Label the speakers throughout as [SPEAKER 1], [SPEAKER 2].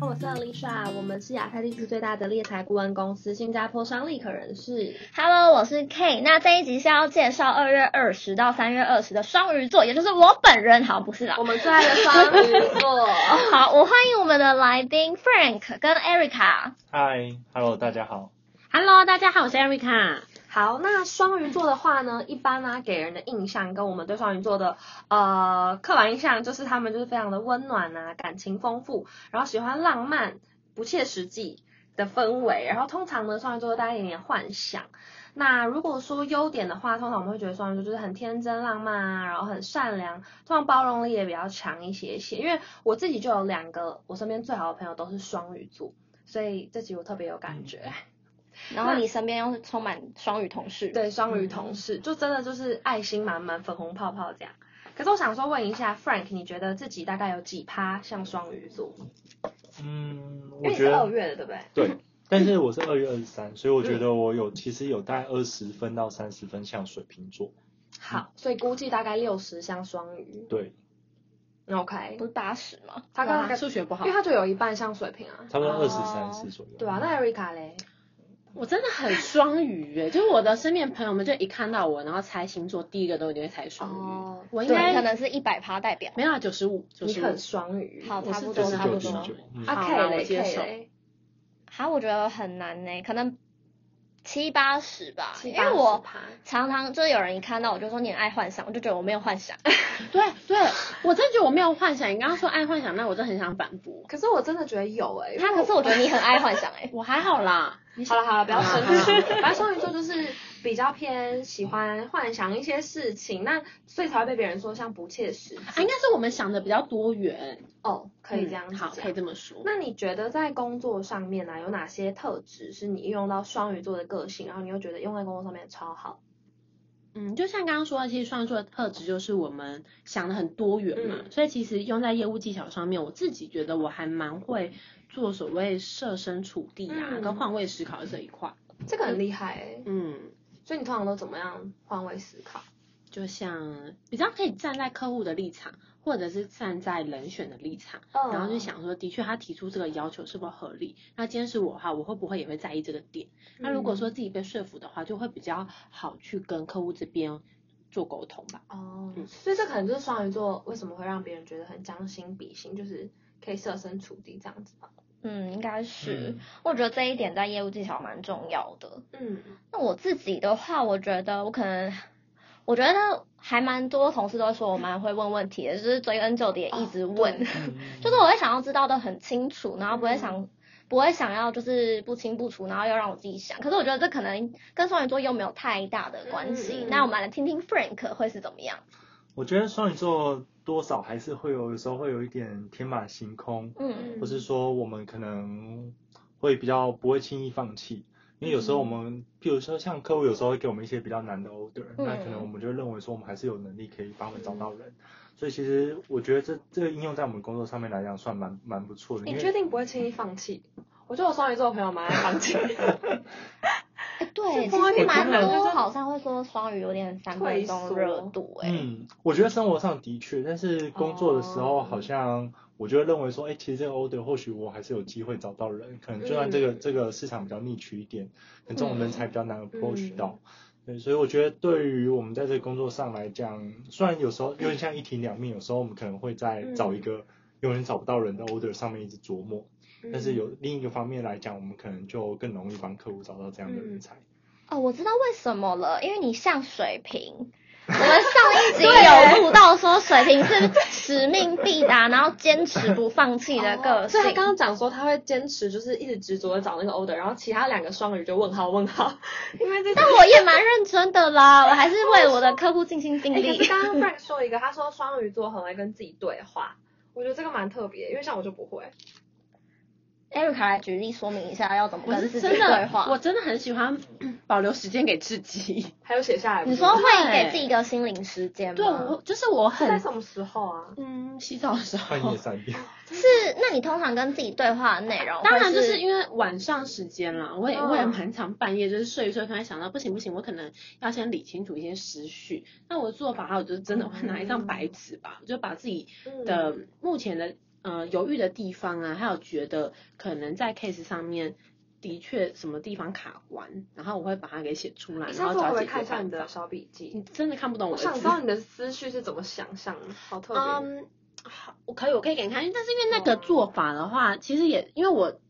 [SPEAKER 1] 哦 Lisa，我们是亚太地区最大的猎财顾问公司新加坡商立可人士。
[SPEAKER 2] Hello，我是 K。那这一集是要介绍二月二十到三月二十的双鱼座，也就是我本人，好不是啦哦
[SPEAKER 1] 我。们最爱的双鱼座，
[SPEAKER 2] 好，我欢迎我们的来宾 Frank 跟 Erica。
[SPEAKER 3] 嗨，Hello，大家好。
[SPEAKER 4] Hello，大家好，我是 Erica。
[SPEAKER 1] 好，那双鱼座的话呢，一般呢、给人的印象跟我们对双鱼座的呃刻板印象就是他们就是非常的温暖啊，感情丰富，然后喜欢浪漫、不切实际的氛围，然后通常呢双鱼座都带一点点幻想。那如果说优点的话，通常我们会觉得双鱼座就是很天真浪漫啊，然后很善良，通常包容力也比较强一些些。因为我自己就有两个我身边最好的朋友都是双鱼座，所以这集我特别有感觉。
[SPEAKER 2] 然后你身边又是充满双鱼同事。
[SPEAKER 1] 对，双鱼同事、就真的就是爱心满满、粉红泡泡这样。可是我想说问一下 Frank，你觉得自己大概有几趴像双鱼座？因
[SPEAKER 3] 嗯，
[SPEAKER 1] 为
[SPEAKER 3] 我
[SPEAKER 1] 你
[SPEAKER 3] 觉
[SPEAKER 1] 是二
[SPEAKER 3] 得
[SPEAKER 1] 月的，对不对？
[SPEAKER 3] 对，但是我是二月二十三，所以我
[SPEAKER 1] 嗯
[SPEAKER 3] 觉得我有其实有大概二十分到三十分像水瓶座。嗯
[SPEAKER 1] 好，所以估计大概六十像双鱼。
[SPEAKER 3] 对，
[SPEAKER 1] 嗯 OK，
[SPEAKER 2] 不是八十吗？
[SPEAKER 1] 他刚刚
[SPEAKER 4] 数学不
[SPEAKER 1] 因
[SPEAKER 4] 好
[SPEAKER 1] 为，他就有一半像水瓶啊。
[SPEAKER 3] 差不多
[SPEAKER 1] 哦
[SPEAKER 3] 二十三四左右。嗯
[SPEAKER 1] 对啊，那 Erica 嘞？
[SPEAKER 4] 我真的很双鱼耶， 就是我的身边朋友们就一看到我，然后猜星座，第一个都一定会猜双鱼。
[SPEAKER 2] 哦
[SPEAKER 4] 我应
[SPEAKER 2] 对，可
[SPEAKER 4] 该
[SPEAKER 2] 能是一百趴代表。
[SPEAKER 4] 没有啊九十五，九
[SPEAKER 1] 你
[SPEAKER 4] 十五
[SPEAKER 1] 很。双鱼。
[SPEAKER 2] 好
[SPEAKER 4] 我
[SPEAKER 2] 差不
[SPEAKER 4] 是
[SPEAKER 2] 多
[SPEAKER 4] 真的
[SPEAKER 3] 十
[SPEAKER 2] 差
[SPEAKER 4] 差
[SPEAKER 2] 不
[SPEAKER 3] 九
[SPEAKER 4] 不
[SPEAKER 3] 点
[SPEAKER 4] 多
[SPEAKER 3] 九。。嗯，
[SPEAKER 1] 啊
[SPEAKER 4] 好
[SPEAKER 1] K
[SPEAKER 4] 啦
[SPEAKER 1] 嘞
[SPEAKER 4] 我接
[SPEAKER 1] K
[SPEAKER 4] 受
[SPEAKER 1] 嘞
[SPEAKER 2] 好，我觉得很难呢、可能七八十吧，
[SPEAKER 1] 七
[SPEAKER 2] 因
[SPEAKER 1] 八
[SPEAKER 2] 为
[SPEAKER 1] 十
[SPEAKER 2] 我
[SPEAKER 1] 趴
[SPEAKER 2] 常常就是有人一看到我就说你很爱幻想，我就觉得我没有 幻想。
[SPEAKER 4] 对对，我真的觉得我没有幻想。你刚刚说爱幻想，那我真的很想反驳。
[SPEAKER 1] 可是我真的觉得有哎、因为
[SPEAKER 2] 他可是我觉得你很爱幻想哎、
[SPEAKER 4] 我还嗯好啦，
[SPEAKER 1] 好了好了，不要生
[SPEAKER 4] 好
[SPEAKER 1] 气。 反正双鱼座就是比较偏喜欢幻想一些事情，那所以才会被别人说像不切实际。
[SPEAKER 4] 啊，应该是我们想的比较多元，
[SPEAKER 1] 哦，可以这样
[SPEAKER 4] 嗯
[SPEAKER 1] 子
[SPEAKER 4] 好，
[SPEAKER 1] 讲
[SPEAKER 4] 可以这么说。
[SPEAKER 1] 那你觉得在工作上面呢、有哪些特质是你运用到双鱼座的个性，然后你又觉得用在工作上面超好？
[SPEAKER 4] 嗯，就像刚刚说的，其实双鱼座的特质就是我们想的很多元嘛，
[SPEAKER 1] 嗯
[SPEAKER 4] 所以其实用在业务技巧上面，我自己觉得我还蛮会做所谓设身处地啊，
[SPEAKER 1] 嗯
[SPEAKER 4] 跟换位思考的这一块。
[SPEAKER 1] 这个很厉害欸
[SPEAKER 4] 嗯，
[SPEAKER 1] 所以你通常都怎么样换位思考？
[SPEAKER 4] 就像比较可以站在客户的立场，或者是站在人选的立场，
[SPEAKER 1] 嗯
[SPEAKER 4] 然后去想说，的确他提出这个要求是否合理。那今天是我的话，我会不会也会在意这个点？那如果说自己被说服的话，就会比较好去跟客户这边做沟通吧。
[SPEAKER 1] 哦，
[SPEAKER 4] 嗯
[SPEAKER 1] 所以这可能就是双鱼座为什么会让别人觉得很将心比心，就是可以设身处地这样子吧。
[SPEAKER 2] 嗯，应该是，
[SPEAKER 3] 嗯
[SPEAKER 2] 我觉得这一点在业务技巧蛮重要的。
[SPEAKER 1] 嗯，
[SPEAKER 2] 那我自己的话，我觉得我可能，我觉得还蛮多同事都说我蛮会问问题的，就是追根究底地一直问，
[SPEAKER 1] 哦对
[SPEAKER 3] 嗯
[SPEAKER 2] 就是我会想要知道的很清楚，然后不会
[SPEAKER 1] 嗯
[SPEAKER 2] 想、不会想要就是不清不楚，然后又让我自己想。可是我觉得这可能跟双鱼座又没有太大的关系。
[SPEAKER 1] 嗯嗯嗯
[SPEAKER 2] 那我们来听听 Frank 会是怎么样？
[SPEAKER 3] 我觉得双鱼座多少还是会有，有时候会有一点天马行空，
[SPEAKER 2] 嗯
[SPEAKER 3] 或是说我们可能会比较不会轻易放弃，因为有时候我们，譬如说像客户有时候会给我们一些比较难的 order，、
[SPEAKER 2] 嗯
[SPEAKER 3] 那可能我们就认为说我们还是有能力可以帮我们找到人，所以其实我觉得这这个应用在我们工作上面来讲算蛮蛮不错的。因
[SPEAKER 1] 你
[SPEAKER 3] 为
[SPEAKER 1] 确定不会轻易放弃？我觉得我双鱼座的朋友蛮爱放弃，
[SPEAKER 2] 哎对，
[SPEAKER 1] 就
[SPEAKER 2] 其
[SPEAKER 1] 不会
[SPEAKER 2] 实蛮
[SPEAKER 3] 真的
[SPEAKER 1] 就是
[SPEAKER 2] 多好像会说双鱼有点三分钟热度哎、
[SPEAKER 3] 嗯，我觉得生活上的确，但是工作的时候
[SPEAKER 2] 哦
[SPEAKER 3] 好像我就会认为说，哎、其实这个 order 或许我还是有机会找到人，可能就算这个、
[SPEAKER 1] 嗯
[SPEAKER 3] 这个市场比较 niche 一点，可能这种人才比较难 approach
[SPEAKER 1] 嗯
[SPEAKER 3] 到。对，所以我觉得对于我们在这个工作上来讲，虽然有时候有点像一体两面，有时候我们可能会在找一
[SPEAKER 1] 嗯
[SPEAKER 3] 个永远找不到人的 order 上面一直琢磨，嗯但是有另一个方面来讲，我们可能就更容易帮客户找到这样的
[SPEAKER 1] 嗯
[SPEAKER 3] 人才。
[SPEAKER 2] 哦，我知道为什么了，因为你像水瓶。我们上一集有录到说水瓶是使命必达，然后坚持不放弃的
[SPEAKER 1] 哦
[SPEAKER 2] 个
[SPEAKER 1] 所
[SPEAKER 2] 性。
[SPEAKER 1] 以他刚刚讲说他会坚持，就是一直执着的找那个 order，然后其他两个双鱼就问号问号，因为这
[SPEAKER 2] 但我也蛮认真的啦，我还是为我的客户尽心尽
[SPEAKER 1] 哎、可
[SPEAKER 2] 力
[SPEAKER 1] 是。刚刚 Frank 说一个，他说双鱼座很会跟自己对话，我觉得这个蛮特别，因为像我就不会。
[SPEAKER 2] Erica 来举例说明一下要怎么
[SPEAKER 4] 我
[SPEAKER 2] 跟
[SPEAKER 4] 是
[SPEAKER 2] 自己
[SPEAKER 4] 真
[SPEAKER 2] 对
[SPEAKER 4] 的，我
[SPEAKER 2] 话。
[SPEAKER 4] 真的很喜欢 保留时间给自己。
[SPEAKER 1] 还有写下来不
[SPEAKER 2] 你
[SPEAKER 1] 是，
[SPEAKER 2] 说会给
[SPEAKER 4] 对
[SPEAKER 2] 自己一个心灵时间吗？
[SPEAKER 4] 对，我就是我
[SPEAKER 1] 是在
[SPEAKER 4] 很
[SPEAKER 1] 什么时候啊？
[SPEAKER 4] 嗯，洗澡的时
[SPEAKER 3] 半夜
[SPEAKER 4] 候，
[SPEAKER 3] 三点，
[SPEAKER 2] 是。那你通常跟自己对话的内容会，
[SPEAKER 4] 当然就是因为晚上时间啦，我也
[SPEAKER 1] 哦嗯
[SPEAKER 4] 我也蛮常半夜就是睡一睡，突然想到不行不行，我可能要先理清楚一些思绪。那我的做法，还有就是真的会拿一张白纸吧，就把自己
[SPEAKER 1] 嗯
[SPEAKER 4] 的目前的。呃犹豫的地方啊，还有觉得可能在 case 上面的确什么地方卡关，然后我会把它给写出来，
[SPEAKER 1] 你
[SPEAKER 4] 然
[SPEAKER 1] 下
[SPEAKER 4] 后
[SPEAKER 1] 哎次会不
[SPEAKER 4] 找解
[SPEAKER 1] 会
[SPEAKER 4] 决
[SPEAKER 1] 看一下你
[SPEAKER 4] 办
[SPEAKER 1] 的
[SPEAKER 4] 法。
[SPEAKER 1] 小笔记？
[SPEAKER 4] 你真的看不懂我
[SPEAKER 1] 我
[SPEAKER 4] 的
[SPEAKER 1] 想知
[SPEAKER 4] 字
[SPEAKER 1] 道你的思绪是怎么想象的，好特别。
[SPEAKER 4] 嗯，好，我可以，我可以给你看，但是因为那个做法的话，
[SPEAKER 1] 哦
[SPEAKER 4] 其实也因为我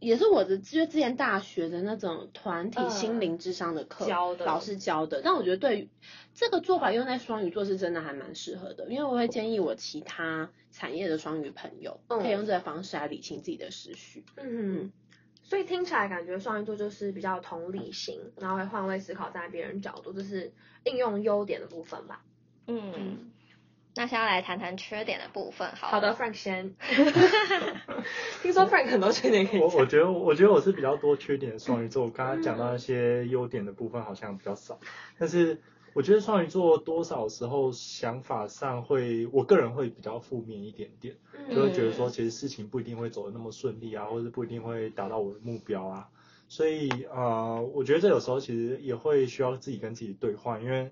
[SPEAKER 4] 也是我的，就是之前大学的那种团体
[SPEAKER 1] 嗯
[SPEAKER 4] 心灵智商的课、
[SPEAKER 1] 教的
[SPEAKER 4] 老师教的，但我觉得对于这个做法用在双鱼座是真的还蛮适合的，因为我会建议我其他产业的双鱼朋友、
[SPEAKER 1] 嗯
[SPEAKER 4] 可以用这个方式来理清自己的思 绪。
[SPEAKER 1] 嗯，所以听起来感觉双鱼座就是比较同理心，然后会换位思考，站在别人角度，就是应用优点的部分吧。
[SPEAKER 2] 嗯，那现在来谈谈缺点的部分好。
[SPEAKER 1] 好的，，Frank 先。听说 Frank 很多缺点可以
[SPEAKER 3] 我我
[SPEAKER 1] 讲。
[SPEAKER 3] 觉得我觉得我是比较多缺点的双鱼座，我刚刚讲到一些优点的部分好像比较少，但是我觉得双鱼座多少时候想法上会，我个人会比较负面一点点，
[SPEAKER 1] 嗯
[SPEAKER 3] 就会觉得说其实事情不一定会走得那么顺利啊，或者不一定会达到我的目标啊，所以呃，我觉得这有时候其实也会需要自己跟自己对话，因为。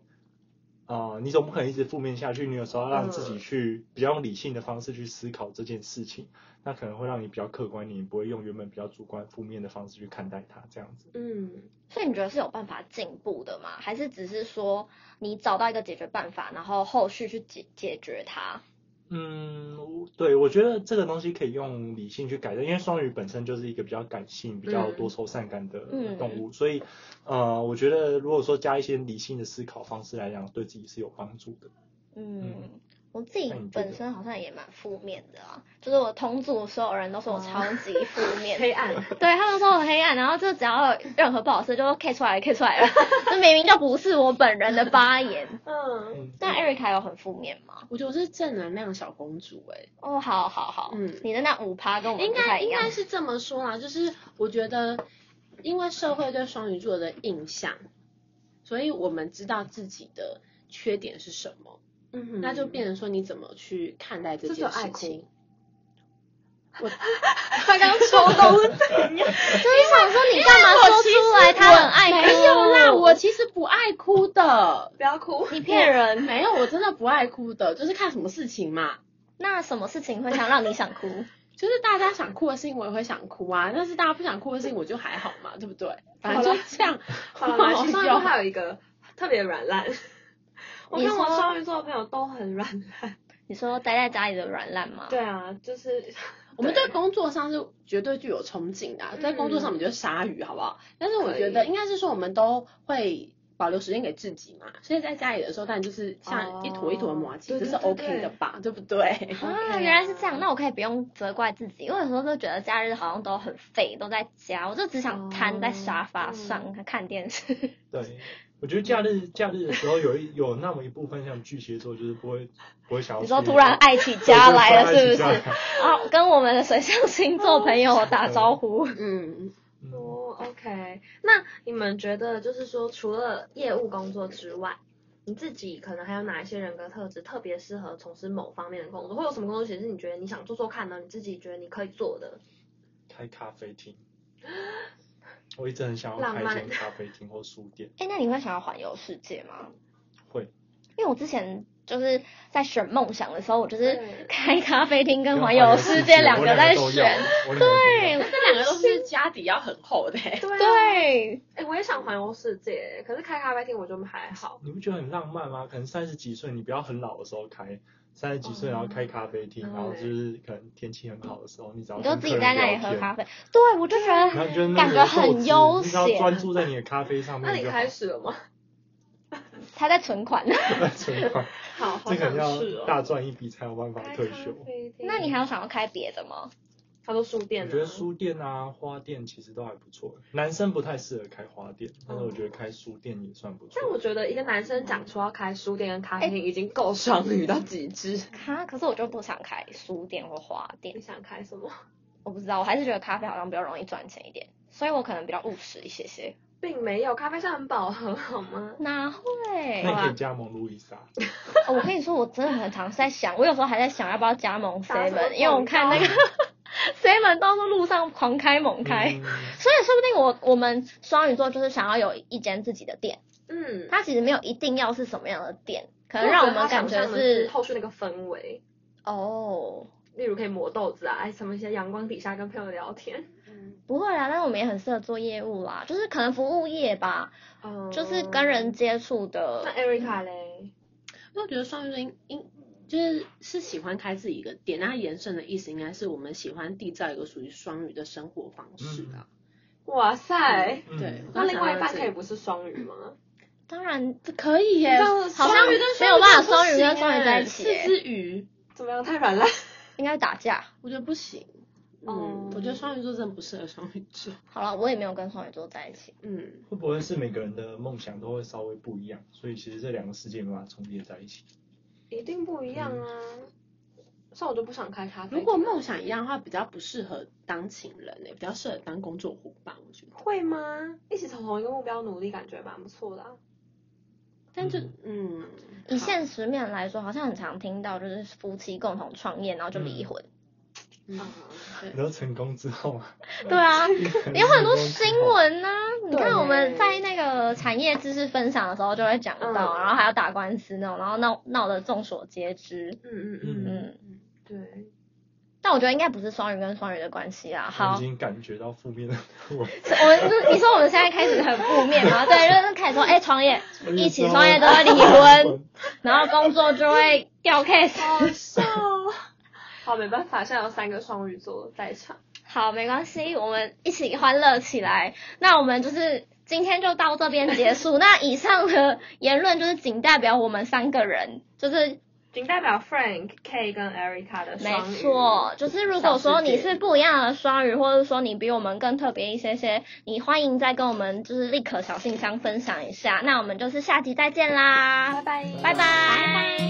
[SPEAKER 3] 啊、你总不可能一直负面下去，你有时候要让自己去比较用理性的方式去思考这件事情。那可能会让你比较客观，你不会用原本比较主观负面的方式去看待它，这样子。
[SPEAKER 1] 嗯，
[SPEAKER 2] 所以你觉得是有办法进步的吗？还是只是说你找到一个解决办法，然后后续去解解决它？
[SPEAKER 3] 嗯，我对，我觉得这个东西可以用理性去改正，因为双鱼本身就是一个比较感性、比较多愁善感的
[SPEAKER 2] 嗯
[SPEAKER 3] 动物，所以呃，我觉得如果说加一些理性的思考方式来讲，对自己是有帮助的。
[SPEAKER 2] 嗯
[SPEAKER 3] 嗯，
[SPEAKER 2] 我自己
[SPEAKER 4] 哎
[SPEAKER 3] 那你觉
[SPEAKER 2] 本
[SPEAKER 3] 得
[SPEAKER 2] 身好像也蛮负面的啊，就是我同组所有人都说我
[SPEAKER 1] 哦
[SPEAKER 2] 超级负面，
[SPEAKER 1] 黑暗。
[SPEAKER 2] 对他们说我黑暗，然后就只要有任何不好吃就 K 出来 K 出 来了，这明明就不是我本人的发言。
[SPEAKER 1] 嗯，
[SPEAKER 3] 嗯，
[SPEAKER 2] 那 Erica 有很负面吗？
[SPEAKER 4] 我觉得我是正能量小公主哎、
[SPEAKER 2] 哦，好好好，
[SPEAKER 4] 嗯
[SPEAKER 2] 你的那五趴跟我们
[SPEAKER 4] 应
[SPEAKER 2] 不太
[SPEAKER 4] 该
[SPEAKER 2] 一
[SPEAKER 4] 应
[SPEAKER 2] 样
[SPEAKER 4] 该，是这么说啦，就是我觉得，因为社会对双鱼座的印象，所以我们知道自己的缺点是什么，
[SPEAKER 1] 嗯哼
[SPEAKER 4] 那就变成说你怎么去看待这
[SPEAKER 1] 这就
[SPEAKER 4] 件
[SPEAKER 1] 爱
[SPEAKER 4] 事
[SPEAKER 1] 哭
[SPEAKER 4] 情。。我啊
[SPEAKER 1] 他刚抽 东西。
[SPEAKER 2] 就是想说你干嘛说出来他很爱哭？
[SPEAKER 4] 没有啦，我其实不爱哭的，呃
[SPEAKER 1] 不要哭。
[SPEAKER 2] 你骗人。
[SPEAKER 4] 没有，我真的不爱哭的，就是看什么事情嘛。
[SPEAKER 2] 那什么事情会想让你想哭？
[SPEAKER 4] 就是大家想哭的事情，我也会想哭啊；但是大家不想哭的事情，我就还好嘛，对不对？反正就这样。
[SPEAKER 1] 好了，马来西亚双鱼座
[SPEAKER 4] 哎呦
[SPEAKER 1] 还有一个特别软烂。我
[SPEAKER 2] 你
[SPEAKER 1] 看我
[SPEAKER 2] 说
[SPEAKER 1] 双鱼座的朋友都很软烂。
[SPEAKER 2] 你说待在家里的软烂吗？
[SPEAKER 1] 对啊，就是
[SPEAKER 4] 我们对工作上是绝对具有憧憬的啊、
[SPEAKER 1] 嗯
[SPEAKER 4] 在工作上我们就是鲨鱼，好不好？但是我觉
[SPEAKER 1] 可
[SPEAKER 4] 得
[SPEAKER 1] 以
[SPEAKER 4] 应该是说我们都会保留时间给自己嘛，所以在家里的时候，当然就是像一坨一坨的麻
[SPEAKER 1] 哦
[SPEAKER 4] 鸡，这是
[SPEAKER 1] 对对对
[SPEAKER 4] OK 的吧，对不 对？
[SPEAKER 1] 嗯
[SPEAKER 2] 啊，原来是这样，那我可以不用责怪自己，因为有时候就觉得假日好像都很废，都在家，我就只想瘫在沙
[SPEAKER 1] 哦
[SPEAKER 2] 发上、看电
[SPEAKER 1] 嗯
[SPEAKER 2] 视。
[SPEAKER 3] 对，我觉得假日假日的时候有一有那么一部分像巨蟹座，就是不会不会想要
[SPEAKER 2] 你
[SPEAKER 3] 去。
[SPEAKER 2] 说突然爱起家来了， 是不是？
[SPEAKER 3] 对？对
[SPEAKER 2] 啊，跟我们的水象星座朋友打招呼。
[SPEAKER 4] 嗯，
[SPEAKER 3] 对对
[SPEAKER 1] 哦，OK，那你们觉得就是说，除了业务工作之外，你自己可能还有哪一些人格特质特别适合从事某方面的工作，或有什么工作其实你觉得你想做做看呢？你自己觉得你可以做的？
[SPEAKER 3] 开咖啡厅。我一直很想要
[SPEAKER 1] 浪
[SPEAKER 3] 开一间
[SPEAKER 1] 漫
[SPEAKER 3] 咖啡厅或书店，
[SPEAKER 2] 哎、那你会想要环游世界吗？
[SPEAKER 3] 会。
[SPEAKER 2] 因为我之前就是在选梦想的时候，我就是
[SPEAKER 1] 对
[SPEAKER 2] 开咖啡厅跟环游世界两个在选。，
[SPEAKER 3] 对，
[SPEAKER 2] 对
[SPEAKER 4] 这两个都是家底要很厚的、欸。
[SPEAKER 1] 对啊，
[SPEAKER 2] 对，
[SPEAKER 1] 哎、我也想环游世界，可是开咖啡厅我就还好。
[SPEAKER 3] 你不觉得很浪漫吗？可能三十几岁，你不要很老的时候开，三十几岁然后开咖啡厅，
[SPEAKER 1] 嗯
[SPEAKER 3] 然后就是可能天气很好的时候，你只要
[SPEAKER 2] 你
[SPEAKER 3] 跟
[SPEAKER 2] 就自己在那里喝咖
[SPEAKER 3] 啡，
[SPEAKER 2] 啡，对我就觉得
[SPEAKER 3] 然后你就
[SPEAKER 2] 感觉很悠
[SPEAKER 3] 你只要
[SPEAKER 2] 闲
[SPEAKER 3] 专注在你的咖啡上
[SPEAKER 1] 那
[SPEAKER 3] 面
[SPEAKER 1] 你
[SPEAKER 3] 就好
[SPEAKER 1] 开始了吗？
[SPEAKER 2] 他在存款。
[SPEAKER 3] 存款，
[SPEAKER 1] 好，好
[SPEAKER 3] 这可
[SPEAKER 1] 想
[SPEAKER 3] 能
[SPEAKER 1] 去
[SPEAKER 3] 要
[SPEAKER 1] 哦。
[SPEAKER 3] 大赚一笔才有办法退休。
[SPEAKER 2] 那你还有想要开别的吗？
[SPEAKER 1] 他说书店、
[SPEAKER 3] 我
[SPEAKER 1] 啊，
[SPEAKER 3] 觉得书店啊、花店其实都还不错，男生不太适合开花店，但是我觉得开书店也算不错。
[SPEAKER 1] 但我觉得一个男生讲出要开书店跟咖啡厅已经够双鱼到极致。
[SPEAKER 2] 啊，可是我就不想开书店或花
[SPEAKER 1] 你
[SPEAKER 2] 店，
[SPEAKER 1] 想开什么？
[SPEAKER 2] 我不知道，我还是觉得咖啡好像比较容易赚钱一点，所以我可能比较务实一些些。
[SPEAKER 1] 并没有，咖啡是很饱和，好吗？
[SPEAKER 2] 哪会？啊
[SPEAKER 3] 那你可以加盟路易莎，
[SPEAKER 2] 哦我跟你说，我真的很常在想，我有时候还在想要不要加盟
[SPEAKER 1] 打什么
[SPEAKER 2] Seven，因为我看那个 Seven 到处路上狂开猛开，
[SPEAKER 3] 嗯
[SPEAKER 2] 所以说不定我我们双鱼座就是想要有一间自己的店，
[SPEAKER 1] 嗯，啊
[SPEAKER 2] 它其实没有一定要是什么样的店，可
[SPEAKER 1] 可
[SPEAKER 2] 能让我们感觉
[SPEAKER 1] 后续那个氛围，
[SPEAKER 2] 哦，
[SPEAKER 1] 例如可以磨豆子啊，哎，什么一些阳光底下跟朋友聊天，
[SPEAKER 4] 嗯
[SPEAKER 2] 不会啊啦，但我们也很适合做业务啦，就是可能服务业吧，
[SPEAKER 1] 嗯，
[SPEAKER 2] 就是跟人。接触的
[SPEAKER 1] 那。Erica 嘞，
[SPEAKER 4] 因为我觉得双鱼座应应就是是喜欢开自己一个点，那它延伸的意思应该是我们喜欢缔造一个属于双鱼的生活方式啊。
[SPEAKER 1] 哇塞，
[SPEAKER 3] 嗯
[SPEAKER 4] 对，我
[SPEAKER 1] 那
[SPEAKER 4] 刚
[SPEAKER 1] 另外一
[SPEAKER 4] 想到
[SPEAKER 1] 半
[SPEAKER 4] 这
[SPEAKER 1] 可以
[SPEAKER 4] 里
[SPEAKER 1] 不是双鱼吗？
[SPEAKER 2] 当然，
[SPEAKER 4] 可以耶，
[SPEAKER 1] 好
[SPEAKER 2] 好像没有办法，双鱼跟双鱼在一起
[SPEAKER 4] 四
[SPEAKER 2] 耶，
[SPEAKER 4] 只鱼，
[SPEAKER 1] 怎么样？太软烂。
[SPEAKER 2] 应该打架。
[SPEAKER 4] 我觉得不行。
[SPEAKER 1] 哦
[SPEAKER 4] 嗯，我觉得双鱼座真的不适合双鱼座。
[SPEAKER 2] 好了，我也没有跟双鱼座在一起。
[SPEAKER 4] 嗯，
[SPEAKER 3] 会不会是每个人的梦想都会稍微不一样，所以其实这两个世界没办法重叠在一起？
[SPEAKER 1] 一定不一样啊！像我就不想开咖啡。 啊
[SPEAKER 4] 如果梦想一样的话，比较不适合当情人诶，比较适合当工作伙伴，我觉得。
[SPEAKER 1] 会吗？一起朝同一个目标努力，感觉蛮不错的、啊。
[SPEAKER 4] 但就
[SPEAKER 3] 嗯
[SPEAKER 4] 嗯，
[SPEAKER 2] 以
[SPEAKER 4] 好
[SPEAKER 2] 现实面来说，好像很常听到就是夫妻共同创业，然后就离婚。
[SPEAKER 4] 嗯对
[SPEAKER 3] 然后成功之后啊，
[SPEAKER 2] 对啊，有
[SPEAKER 3] 有
[SPEAKER 2] 很多新闻呐、你看
[SPEAKER 1] 嗯对
[SPEAKER 2] 我们在那个产业知识分享的时候就会讲到，
[SPEAKER 1] 嗯
[SPEAKER 2] 然后还要打官司那种，然后闹闹得众所皆知。
[SPEAKER 1] 嗯
[SPEAKER 3] 嗯
[SPEAKER 2] 嗯，
[SPEAKER 1] 对。
[SPEAKER 2] 但我觉得应该不是双鱼跟双鱼的关系啦。
[SPEAKER 3] 已
[SPEAKER 2] 好，
[SPEAKER 3] 经感觉到负面的 我，
[SPEAKER 2] 我们就是你说我们现在开始很负面嘛？对，就是开始说，哎、创业，一起创业都会离婚， 然后工作就会掉 case。
[SPEAKER 1] 好笑 哦。好，没办法，现在有三个双鱼座在场。
[SPEAKER 2] 好，没关系，我们一起欢乐起来。那我们就是今天就到这边结束。那以上的言论就是仅代表我们三个人，就是
[SPEAKER 1] 仅代表 Frank、K 跟 Erica 的
[SPEAKER 2] 没
[SPEAKER 1] 双鱼。
[SPEAKER 2] 错，就是如果说
[SPEAKER 1] 小
[SPEAKER 2] 你
[SPEAKER 1] 世
[SPEAKER 2] 是不一样的双鱼，或者说你比我们更特别一些些，你欢迎再跟我们就是立刻小信箱分享一下。那我们就是下集再见啦，
[SPEAKER 1] 拜拜，
[SPEAKER 2] 拜拜。